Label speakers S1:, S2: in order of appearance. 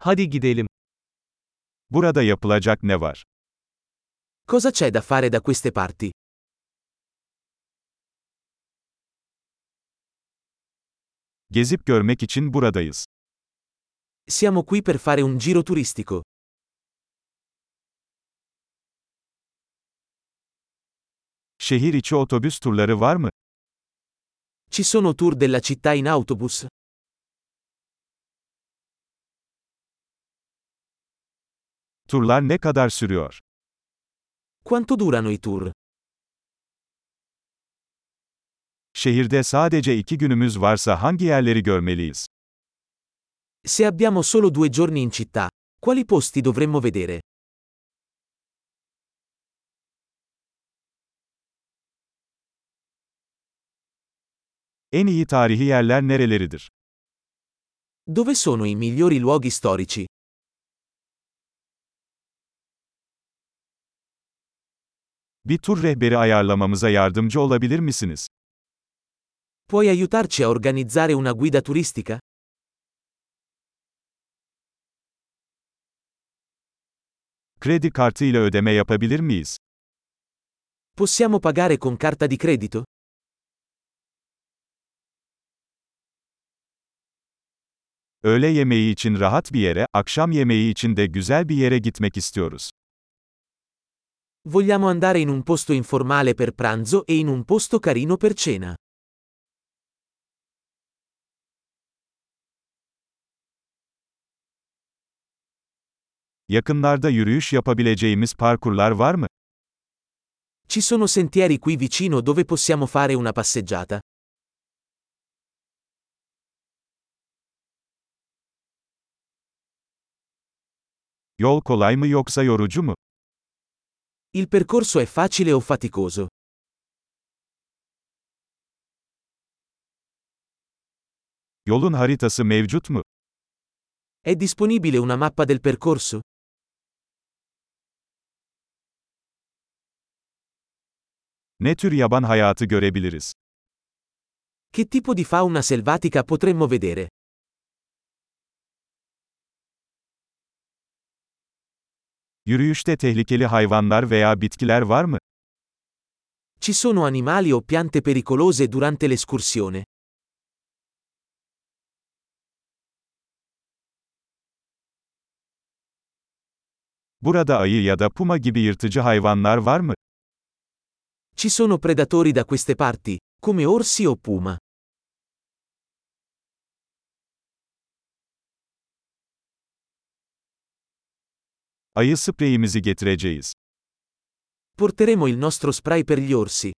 S1: Hadi gidelim.
S2: Burada yapılacak ne var?
S3: Cosa c'è da fare da queste parti?
S2: Gezip görmek için buradayız.
S3: Siamo qui per fare un giro turistico.
S2: Şehir içi otobüs turları var mı?
S3: Ci sono tour della città in autobus?
S2: Turlar ne kadar sürüyor?
S3: Quanto durano i tour?
S2: Şehirde sadece iki günümüz varsa hangi yerleri görmeliyiz?
S3: Se abbiamo solo due giorni in città, quali posti dovremmo vedere?
S2: En iyi tarihi yerler nereleridir?
S3: Dove sono i migliori luoghi storici?
S2: Bir tur rehberi ayarlamamıza yardımcı olabilir misiniz?
S3: Puoi aiutarci a organizzare una guida turistica?
S2: Kredi kartı ile ödeme yapabilir miyiz?
S3: Possiamo pagare con carta di credito?
S2: Öğle yemeği için rahat bir yere, akşam yemeği için de güzel bir yere gitmek istiyoruz.
S3: Vogliamo andare in un posto informale per pranzo e in un posto carino per cena.
S2: Yakınlarda yürüyüş yapabileceğimiz parkurlar var mı?
S3: Ci sono sentieri qui vicino dove possiamo fare una passeggiata?
S2: Yol kolay mı yoksa yorucu mu?
S3: Il percorso è facile o faticoso?
S2: Yolun haritası mevcut mu?
S3: È disponibile una mappa del percorso?
S2: Ne tür yaban hayatı görebiliriz?
S3: Che tipo di fauna selvatica potremmo vedere?
S2: Yürüyüşte tehlikeli hayvanlar veya bitkiler var mı?
S3: Ci sono animali o piante pericolose durante l'escursione?
S2: Burada ayı ya da puma gibi yırtıcı hayvanlar var mı?
S3: Ci sono predatori da queste parti, come orsi o puma.
S2: Ayı spreyimizi getireceğiz.
S3: Porteremo il nostro spray per gli orsi.